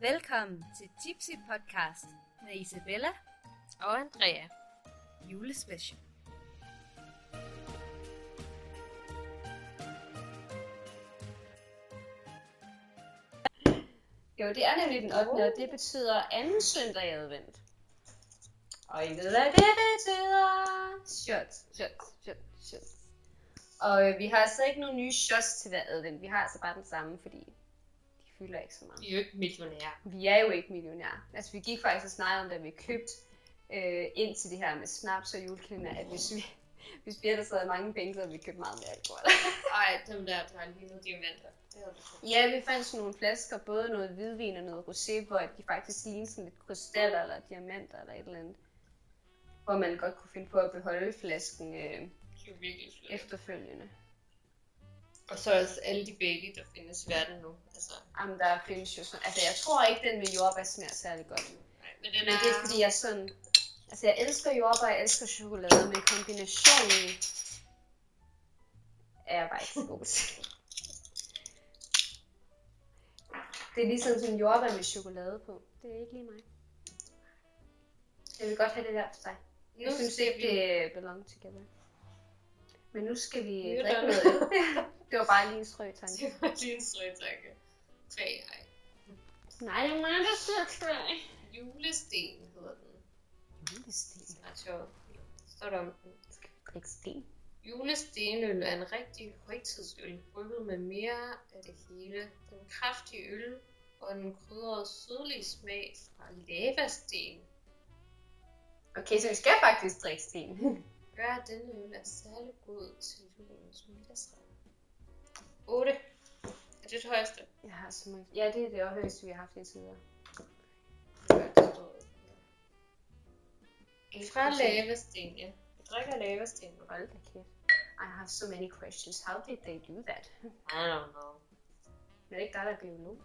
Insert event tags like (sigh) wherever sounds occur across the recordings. Velkommen til Tipsy Podcast med Isabella og Andrea. julespecial. Jo, det er nemlig den 8. og det betyder anden søndag i advent. Og I ved, hvad det betyder. Shots, shots, shots, shots. Og øh, vi har altså ikke nogen nye shots til hver advent. Vi har altså bare den samme, fordi de fylder ikke så meget. I er jo ikke millionærer. Vi er jo ikke millionærer. Altså, vi gik faktisk og snakkede om, da vi købte øh, ind til det her med snaps og juleklænder, at hvis vi, hvis vi ellers havde mange penge, så havde vi købt meget mere alkohol. Ej, dem der, der er lignede diamanter. Det havde du fået. Ja, vi fandt sådan nogle flasker, både noget hvidvin og noget rosé, hvor de faktisk lignede sådan lidt krystaller eller diamanter eller et eller andet. Hvor man godt kunne finde på at beholde flasken øh, Det er virkelig flot. efterfølgende. Og så også alle de baby, der findes i verden nu. Altså, Jamen, der findes jo sådan... Altså, jeg tror ikke, den med jordbær smager særlig godt. nej, men den Men det er fordi, jeg sådan... Altså, jeg elsker jordbær, jeg elsker chokolade, men kombinationen er jeg bare ikke så god til. Det er ligesom sådan jordbær med chokolade på. Det er ikke lige mig. Jeg vil godt have det der for sig. Nu Jeg synes skal ikke, vi- det belong together. Men nu skal vi Myrderne. drikke noget. øl. (laughs) Det var bare lige en strøg (laughs) tanke. Det var lige en strøg tanke. Tre ej. Nej, det er mig, der siger strøg. Julesten hedder den. Julesten. Det er ret sjovt. Står der om den. Drik sten. Julestenøl er en rigtig højtidsøl, brygget med mere af det hele. Den kraftige øl og den krydrede sydlige smag fra lavasten Okay, så vi skal faktisk drikke sten. (laughs) gør, at denne øl er særlig god til julens middagsret. 8. Er det det højeste? Jeg har så mange. Ja, det er det højeste, vi har haft indtil videre. Fra lavasten, ja. Jeg drikker lavasten. I Hold da kæft. I have so many questions. How did they do that? don't know. Men det er ikke dig, der er biolog.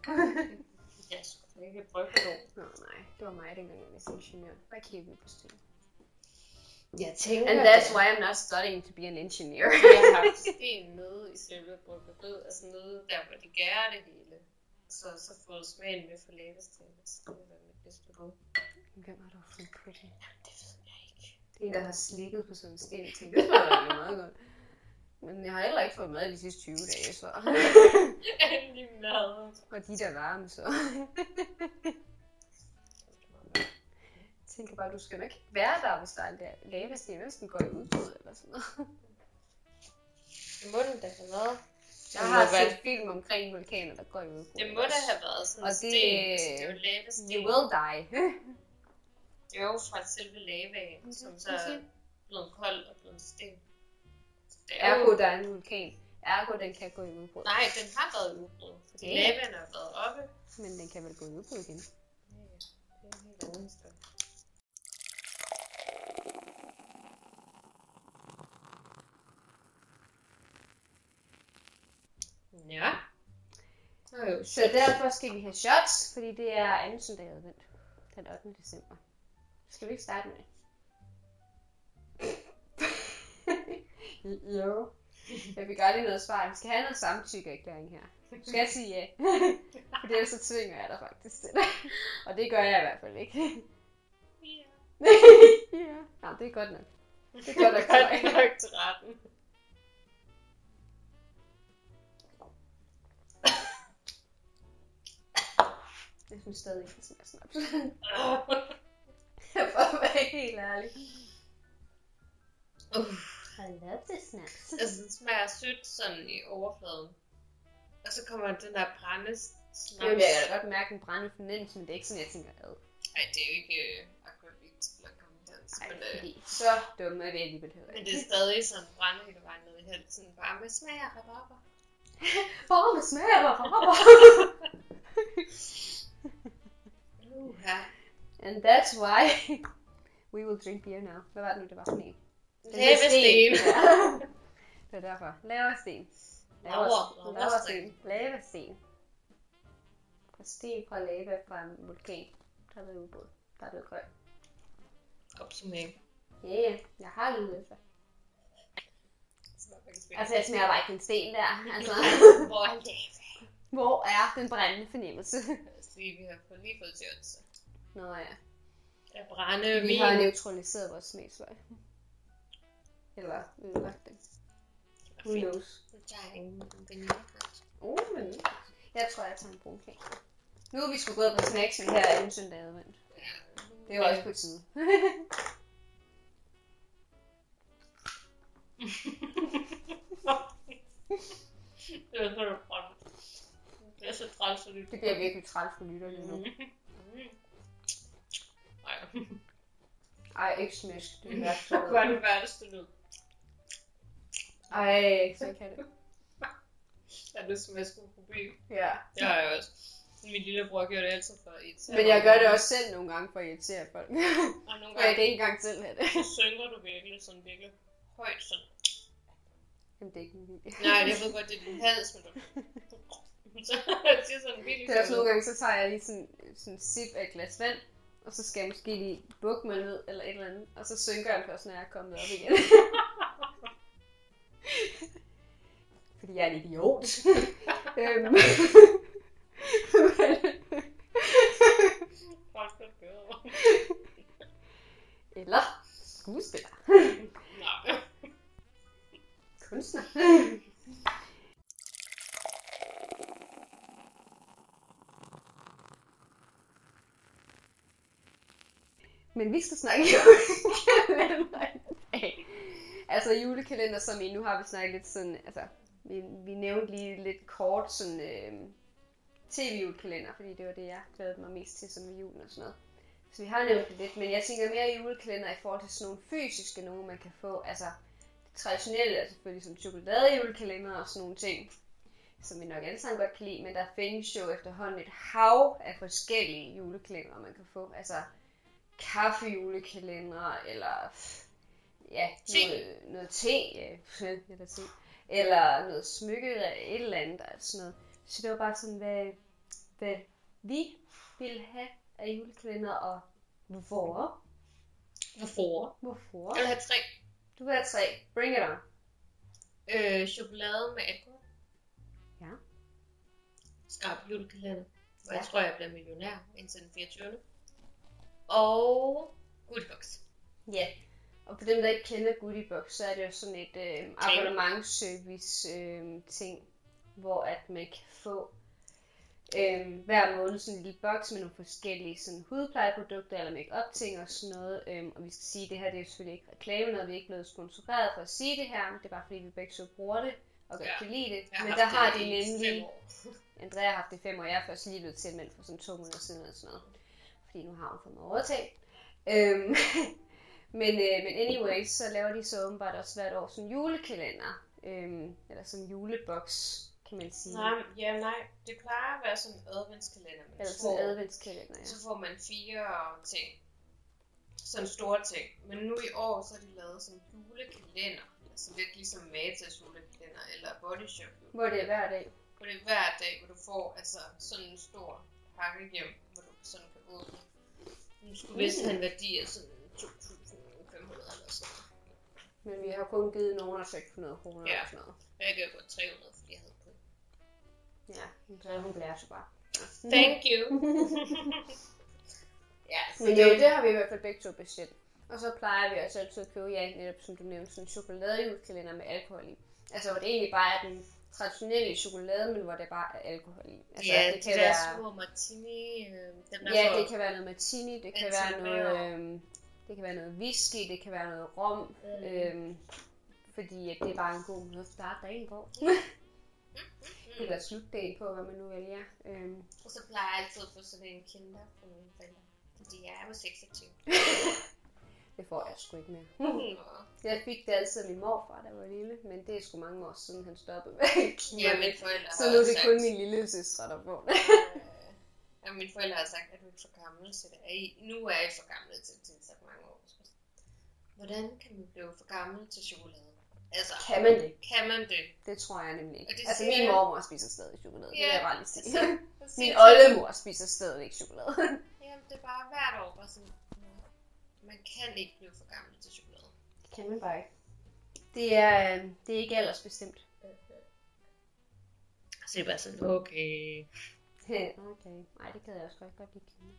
Jeg skulle ikke brygge nogen. Nå nej, det var mig dengang, jeg var ingeniør. Hvad kiggede vi på sten? Jeg tænker, And that's why I'm not studying to be an engineer. jeg har haft sten nede i selve bryggeriet, altså nede der, hvor de gærer det hele. Så, så fået smagen med fra lavasten, så det vil være mit bedste bud. (laughs) Hvem har du fundet på det? Det (laughs) ved jeg ikke. Det er en, der har slikket på sådan en sten. Jeg tænkte, det var jo meget godt. Men jeg har heller ikke fået mad de sidste 20 dage, så. (laughs) Endelig mad. Og de der varme, så. Jeg tænker bare, du skal nok ikke være der, hvis der er en la- lavasten. Hvis den går i udbrud eller sådan noget. Det må den da have været. Jeg har set film omkring vulkaner, der går i udbrud. Det må da have været sådan Og en det- sten. Det er jo lavasten. You will die. Det er jo fra selve lavaen, Okay, som så okay. er blevet kold og blevet sten. Så Det er Ergo, jo... der er en vulkan. Ergo, den kan gå i udbrud. Nej, den har været i udbrud, fordi Ja. lavaen har været oppe. Men den kan vel gå i udbrud igen. Det er en helt anden historie. Ja. Nå jo, Så derfor skal vi have shots, fordi det er anden søndag i advent. Den 8. december. Skal vi ikke starte med (laughs) det? jo. Jeg fik aldrig noget svar. Vi skal have noget samtykkeerklæring her. Du skal sige (laughs) ja. For ellers så tvinger jeg dig faktisk til det. Og det gør jeg i hvert fald ikke. (laughs) ja. Nå, det er godt nok. Det er godt nok. tror jeg. Godt nok til retten. Jeg synes stadig ikke, det smager snaps. For at være helt ærlig. Uh, I love the snaps. altså, den smager sødt sådan i overfladen. Og så kommer den der brændes Jo, jeg kan da godt mærke en brændende fornemmelse, men det er ikke sådan, jeg tænker ad. Ej, det er jo ikke øh, akvavit eller kongens, Ej, men, øh, fordi så dumme er vi alligevel heller men ikke. det er stadig sådan brænde hele vejen ned i halsen. Bare med smag af rabarber. Åh, det smager bare rabarber. Uh, ja. And that's why we will drink beer now. Hvad var det nu, det var for en? Læbesten. Ja. Det var derfor. Laversten. Laver- Laversten. Laversten. Fra sten fra lava fra en vulkan. Der er blevet udbrud. Der er blevet grøn. Opsummering. Ja, yeah, jeg har lidt løfter. Det smager faktisk (laughs) Altså, jeg smager bare ikke en sten der. Altså. Hvor er lave? Hvor er den brændende fornemmelse? (laughs) Fordi vi har kun lige fået tjørnser. Nå ja. At brænde Vi vin. har neutraliseret vores smagsløg. Eller ødelagt dem. Who Fint. knows? Der er ingen vaniljekrans. Oh, men jeg tror, jeg tager en brun kage. Nu er vi sgu gået på snacks, vi her er anden søndag advendt. Det er jo også på tide. (laughs) (laughs) Det er så træls. Det er så træls, Mm. at Det bliver virkelig træls for lytter lige nu. Mm. Nej, Ej, ikke smisk. Det er mærkeligt. (laughs) hvor er det værste lyd. Ej, så kan det. Er det som jeg skulle problem? Ja. Det har jeg også. Min lillebror gjorde det altid for at irritere Men jeg gør det også selv nogle gange for at irritere folk. (laughs) mig. Og nogle Og gange jeg kan ikke engang selv have det. så synger du virkelig sådan virkelig højt sådan. Jamen, det er ikke min vilje. Nej, (laughs) jeg ved godt, det er din hals, men du... (laughs) Så jeg siger sådan virkelig... Det er også nogle gange, så tager jeg lige sådan, sådan en sip af et glas vand, og så skal jeg måske lige bukke mig ned eller et eller andet, og så synker jeg først, når jeg er kommet op igen. (laughs) Fordi jeg er en idiot. (laughs) Øhm. Folk kan gøre. (laughs) eller skuespiller. (laughs) Nej. Kunstner. (laughs) Men vi skal snakke julekalender i dag. (laughs) Altså julekalender, som I nu har vi snakket lidt sådan, altså vi, vi nævnte lige lidt kort sådan øh, tv-julekalender, fordi det var det, jeg glædede mig mest til som med julen og sådan noget. Så vi har nævnt det lidt, men jeg tænker mere julekalender i forhold til sådan nogle fysiske nogle, man kan få. Altså traditionelle er selvfølgelig som chokoladejulekalender og sådan nogle ting, som vi nok alle sammen godt kan lide, men der findes jo efterhånden et hav af forskellige julekalender, man kan få. Altså kaffejulekalender, eller pff, ja, Te. noget, noget te, ja, (laughs) eller te, eller noget smykke, eller et eller andet, og sådan noget. Så det var bare sådan, hvad, hvad vi ville have af julekalender, og hvor, Hvorfor? hvorfor. Jeg vil have tre. Du vil have tre. Bring it on. Øh, chokolade med alkohol. Ja. Skarp julekalender. Og Ja. jeg tror, jeg bliver millionær indtil den 24. Og Good Box. Ja, og for dem, der ikke kender Goodiebox, så er det jo sådan et øh, abonnementsservice øh, ting, hvor at man kan få øh, hver måned sådan en lille boks med nogle forskellige sådan, hudplejeprodukter eller make-up ting og sådan noget. Øh, og vi skal sige, at det her det er jo selvfølgelig ikke reklame, når vi er ikke blevet sponsoreret for at sige det her. Det er bare fordi, vi begge så bruger det og godt Ja. kan lide det. Jeg Men haft der har det de i nemlig... fem år. Andrea har haft det i fem år, jeg er først lige blevet tilmeldt for sådan to måneder siden eller sådan noget. Fordi nu har hun fået mig overtaget. Øhm, (laughs) men, øh, men anyway, så laver de så åbenbart også hvert år sådan en julekalender. Øhm, eller sådan en juleboks, kan man sige. Nej, ja, nej. Det plejer at være sådan en adventskalender, men eller jeg sådan en tror, adventskalender, ja. så får man fire ting. Sådan store ting. Men nu i år, så har de lavet sådan en julekalender. Altså lidt ligesom Matas julekalender, eller Body Shop julekalender. Hvor det er hver dag. Hvor det er hver dag, hvor du får altså, sådan en stor pakke hjem, hvor du sådan kan åbne. Nu skulle vist Mm. have en værdi af sådan 2.500 eller sådan noget. Men vi har kun givet nogen af 600 kroner Ja. ja. og sådan noget. Og jeg gav godt 300, fordi jeg havde på. Ja, men så er hun blærer sig bare. Mm. Thank (laughs) you! ja, så Men jo, det har vi i hvert fald begge to bestilt. Og så plejer vi også altid at købe, ja, netop som du nævnte, sådan en chokoladejulekalender med alkohol i. Altså, hvor det egentlig bare er den traditionelle chokolade, men hvor der bare er alkohol i. Altså, ja, det det kan der være, små martini, øh, den der ja, får, det kan være noget martini, det kan Ja, være til noget, bager. øhm, det kan være noget whisky, det kan være noget rom, Mm. øhm, fordi at det er bare en god måde at starte dagen på. Mm. Eller slutte dagen på, hvad man nu vælger. Øhm, Og så plejer jeg altid at få sådan en kinder på mine forældre. Fordi jeg er jo (laughs) 26. det får jeg sgu ikke mere. (laughs) Nå. Jeg fik det altid af min morfar, der var lille, men det er sgu mange år siden, han stoppede med Ja, mine forældre Så har nu er også det kun sagt- min lille søstre, der får det. Øh, ja, mine forældre har sagt, at du er ikke for gammel til det. Er I, nu er I for gammel til det, så mange år. Hvordan kan man blive for gammel til chokolade? Altså, (laughs) Kan man det? kan man det? Det tror jeg nemlig ikke. Og det Altså siger min jeg. mormor spiser stadig chokolade, det Ja, vil jeg bare lige (laughs) sige. altså, præcis. Min oldemor spiser stadigvæk chokolade. (laughs) Jamen, det er bare hvert år, bare sådan, "Nå, man kan ikke blive for gammel til chokolade. Det kan man øhm, bare ikke. Det er, det er ikke aldersbestemt. Så jeg bare sådan, okay. (laughs) okay. Nej, det kan jeg også godt, godt lide Kina.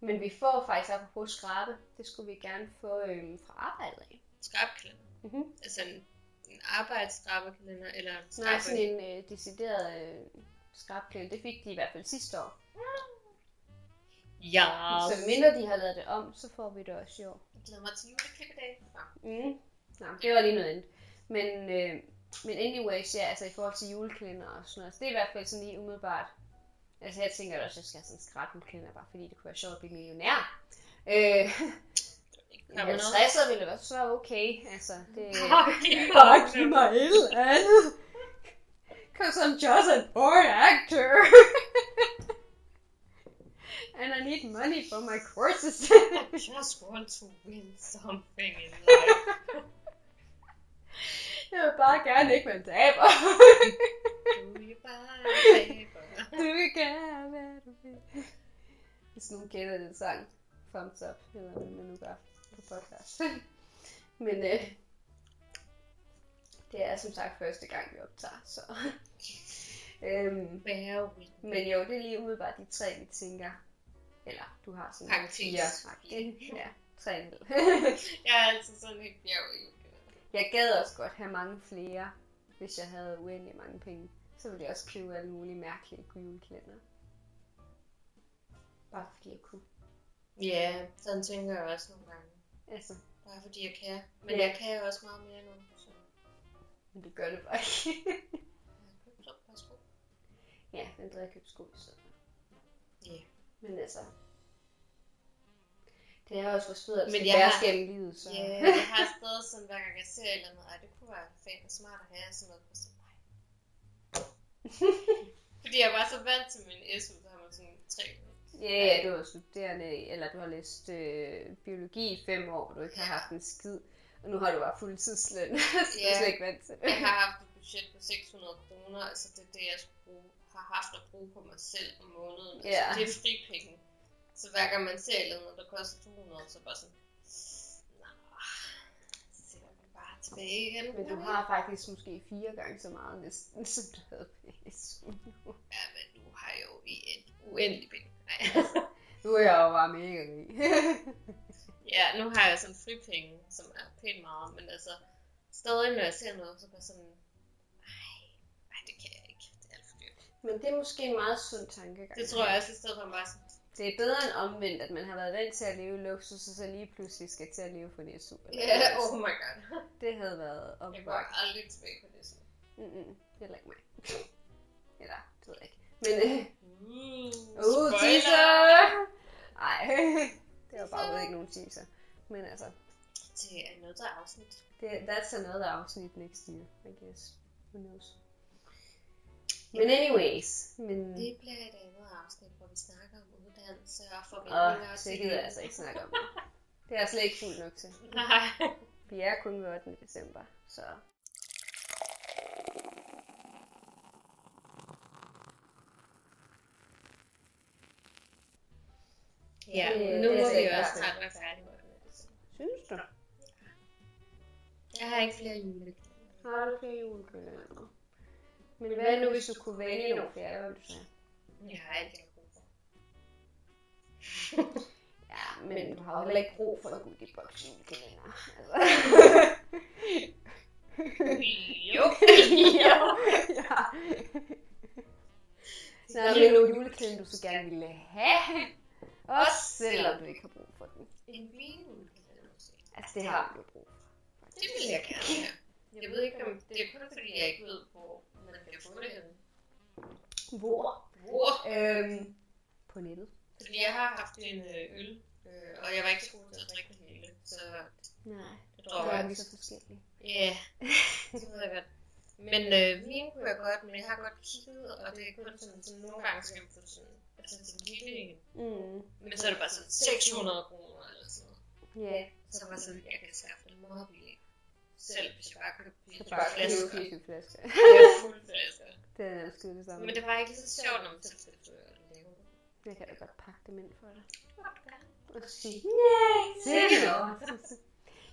Men vi får faktisk apropos skrabe. Det skulle vi gerne få øhm, fra arbejdet af. Skrabkalender. Mhm. Altså en, en arbejdsskrabekalender, eller en Nej, skrabe. sådan en øh, decideret øh, skrabklæde. Det fik de i hvert fald sidste år. Ja. Så mindre de har lavet det om, så får vi det også i år. Jeg glæder mig til julekæmpedag. Nå. Mm. Nå, det var lige noget andet. Men, øh, men anyways, ja, altså i forhold til juleklænder og sådan noget, så det er i hvert fald sådan lige umiddelbart. Altså jeg tænker også, at jeg skal have sådan en skrabelklænder, bare fordi det kunne være sjovt at blive millionær. Øh, Har ja, man 60'er ville være så okay, altså det... (laughs) noget? giv mig et eller andet. Cause I'm just an poor actor. (laughs) And I need money for my courses. (laughs) I just want to win something in life. jeg vil bare gerne ikke, man taber. Do you buy paper? (laughs) Du vil gerne være, du vil. Hvis nogen kender den sang, thumbs up, eller hvad man nu gør på podcast. (laughs) Men øh, det er som sagt første gang, vi optager, så... (laughs) øhm, Bear with men jo, det er lige umiddelbart de tre, vi tænker. Eller, du har sådan Parentes. fire. Ja, tre alligevel. (laughs) Jeg er altid sådan helt bjerg i julegave. Jeg gad også godt have mange flere, hvis jeg havde uendelig mange penge. Så ville jeg også skrive alle mulige mærkelige juleklænder. Bare fordi jeg kunne. Ja, sådan tænker jeg også nogle gange. Altså, Bare fordi jeg kan. Men Ja. jeg kan jo også meget mere nu. Så men det gør det bare ikke. (laughs) jeg har købt op, værsgo. ja, den drev købt sko i stedet. Ja. Men altså, det er også forstået, at Men det jeg skal bæres har- gennem livet, så... Ja, (laughs) jeg har stadig sådan, hver gang jeg ser et eller andet, ej, det kunne være fint og smart at have sådan noget på sådan, nej. Fordi jeg var så vant til min SU, så har man sådan tre uger. Ja, ja, du er studerende, eller du har læst øh, biologi i fem år, hvor du ikke har haft en skid. Og nu har du bare fuldtidsløn, (laughs) så du er Ja. slet ikke vant til det. Jeg har haft et budget på 600 kroner, altså det er det, jeg skulle bruge, har haft at bruge på mig selv om måneden. Altså, Ja. Det er fripenge. Så hver gang man ser et eller andet, der koster 200, så bare sådan, nej, så sætter man bare tilbage igen. Men du har faktisk måske fire gange så meget næsten, som du havde på SU. Ja, men du har jo i et uendeligt penge. Nej. (laughs) Nu er jeg jo bare mega rig. Ja, nu har jeg sådan fripenge, som er pænt meget, men altså stadig når jeg ser noget, så er jeg sådan, nej, nej, det kan jeg ikke. Det er alt for dyrt. (laughs) Men det er måske en meget sund tankegang. Det tror jeg også, i stedet for at bare sådan, Det er bedre end omvendt, at man har været vant til at leve i luksus, og så lige pludselig skal til at leve for en SU. ja, eller yeah, noget. oh my god. Det havde været (laughs) Jeg går opvagt. aldrig tilbage på det sådan. Mm-mm, heller ikke mig. Eller, det ved jeg ikke. Men, øh, Uh, uh, teaser! Ej, (laughs) det var bare overhovedet ikke nogen teaser. Men altså, Det er noget, der er afsnit. Det, that's another afsnit next year, I guess. Who knows? Men anyways, men... Det bliver et andet afsnit, hvor vi snakker om uddannelse og Åh, forventninger det gider jeg altså ikke snakke om. Det er jeg slet ikke fuldt nok til. Nej. Vi er kun ved 8. december, så... (laughs) Ja, nu Det- det må er altså vi ikke jo også afsnit. snart være færdige med det. Synes du? Jeg har ikke flere juleklæder. Har du flere julekølerne? Men hvad nu, hvis du kunne vælge nogle flere, hvad ville du sige? Jeg har ikke en god Ja, men, men du har jo heller ikke brug for en god boks julekalender. Altså. (laughs) Jo. ja. Så er det nogle julekalender, du så gerne ville have. Også selvom du ikke har brug for den. En vinjulekalender måske. Altså, det har du jo brug for. Det vil jeg gerne have. Jeg ved ikke, om det er kun fordi, jeg ikke ved, hvor man kan få det henne. Hvor? Hvor? Øhm, på nettet. Fordi jeg har haft en øh, øl, øh, og jeg var ikke så god til at drikke den hele, så Nej, det der drog er jeg. vi så forskellige. Ja, det ved jeg godt. Men øh, vin kunne jeg godt, men jeg har godt kigget, og det er kun sådan, sådan nogle gange skal man få sådan, altså sådan en lille en. Mm. Men så er det bare sådan 600 kroner eller sådan noget. Ja, Så var sådan, jeg kan skaffe det meget billigt. Selv hvis jeg bare købte så fire bare flasker. købe en (laughs) flaske. Det er fulde flasker. Det er nærmest det samme. Men det var ikke lige så sjovt, når man selv øh, skulle stå og lave det. Jeg kan da godt pakke dem ind for dig. Okay. Og sige, nej, sikkert (laughs) over.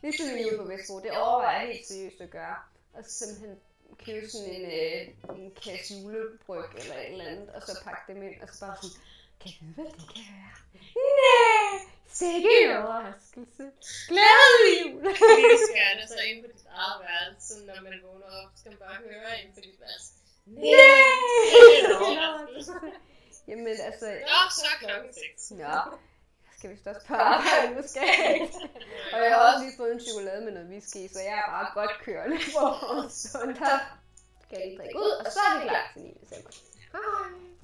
Ligesom vi er på Vestbro, det overvejer jeg helt seriøst at gøre. Og simpelthen købe sådan en, øh, en kasse julebryg eller et eller andet, og så pakke dem ind, og så bare sådan, kan jeg vide, hvad det kan være? Næh! Sikke en overraskelse. Glædelig jul! Lige skærne, så ind på dit eget værelse, sådan, når man vågner op, skal man bare høre ind på dit værelse. Næh! (laughs) Jamen altså, Nå, så er klokken seks. nå. Skal vi også på arbejde, nu skal jeg ikke. Og jeg har også lige fået en chokolade med noget whisky, så jeg er bare godt kørende for søndag. Skal jeg lige drikke ud, og så er vi klar til 9. december. Hej!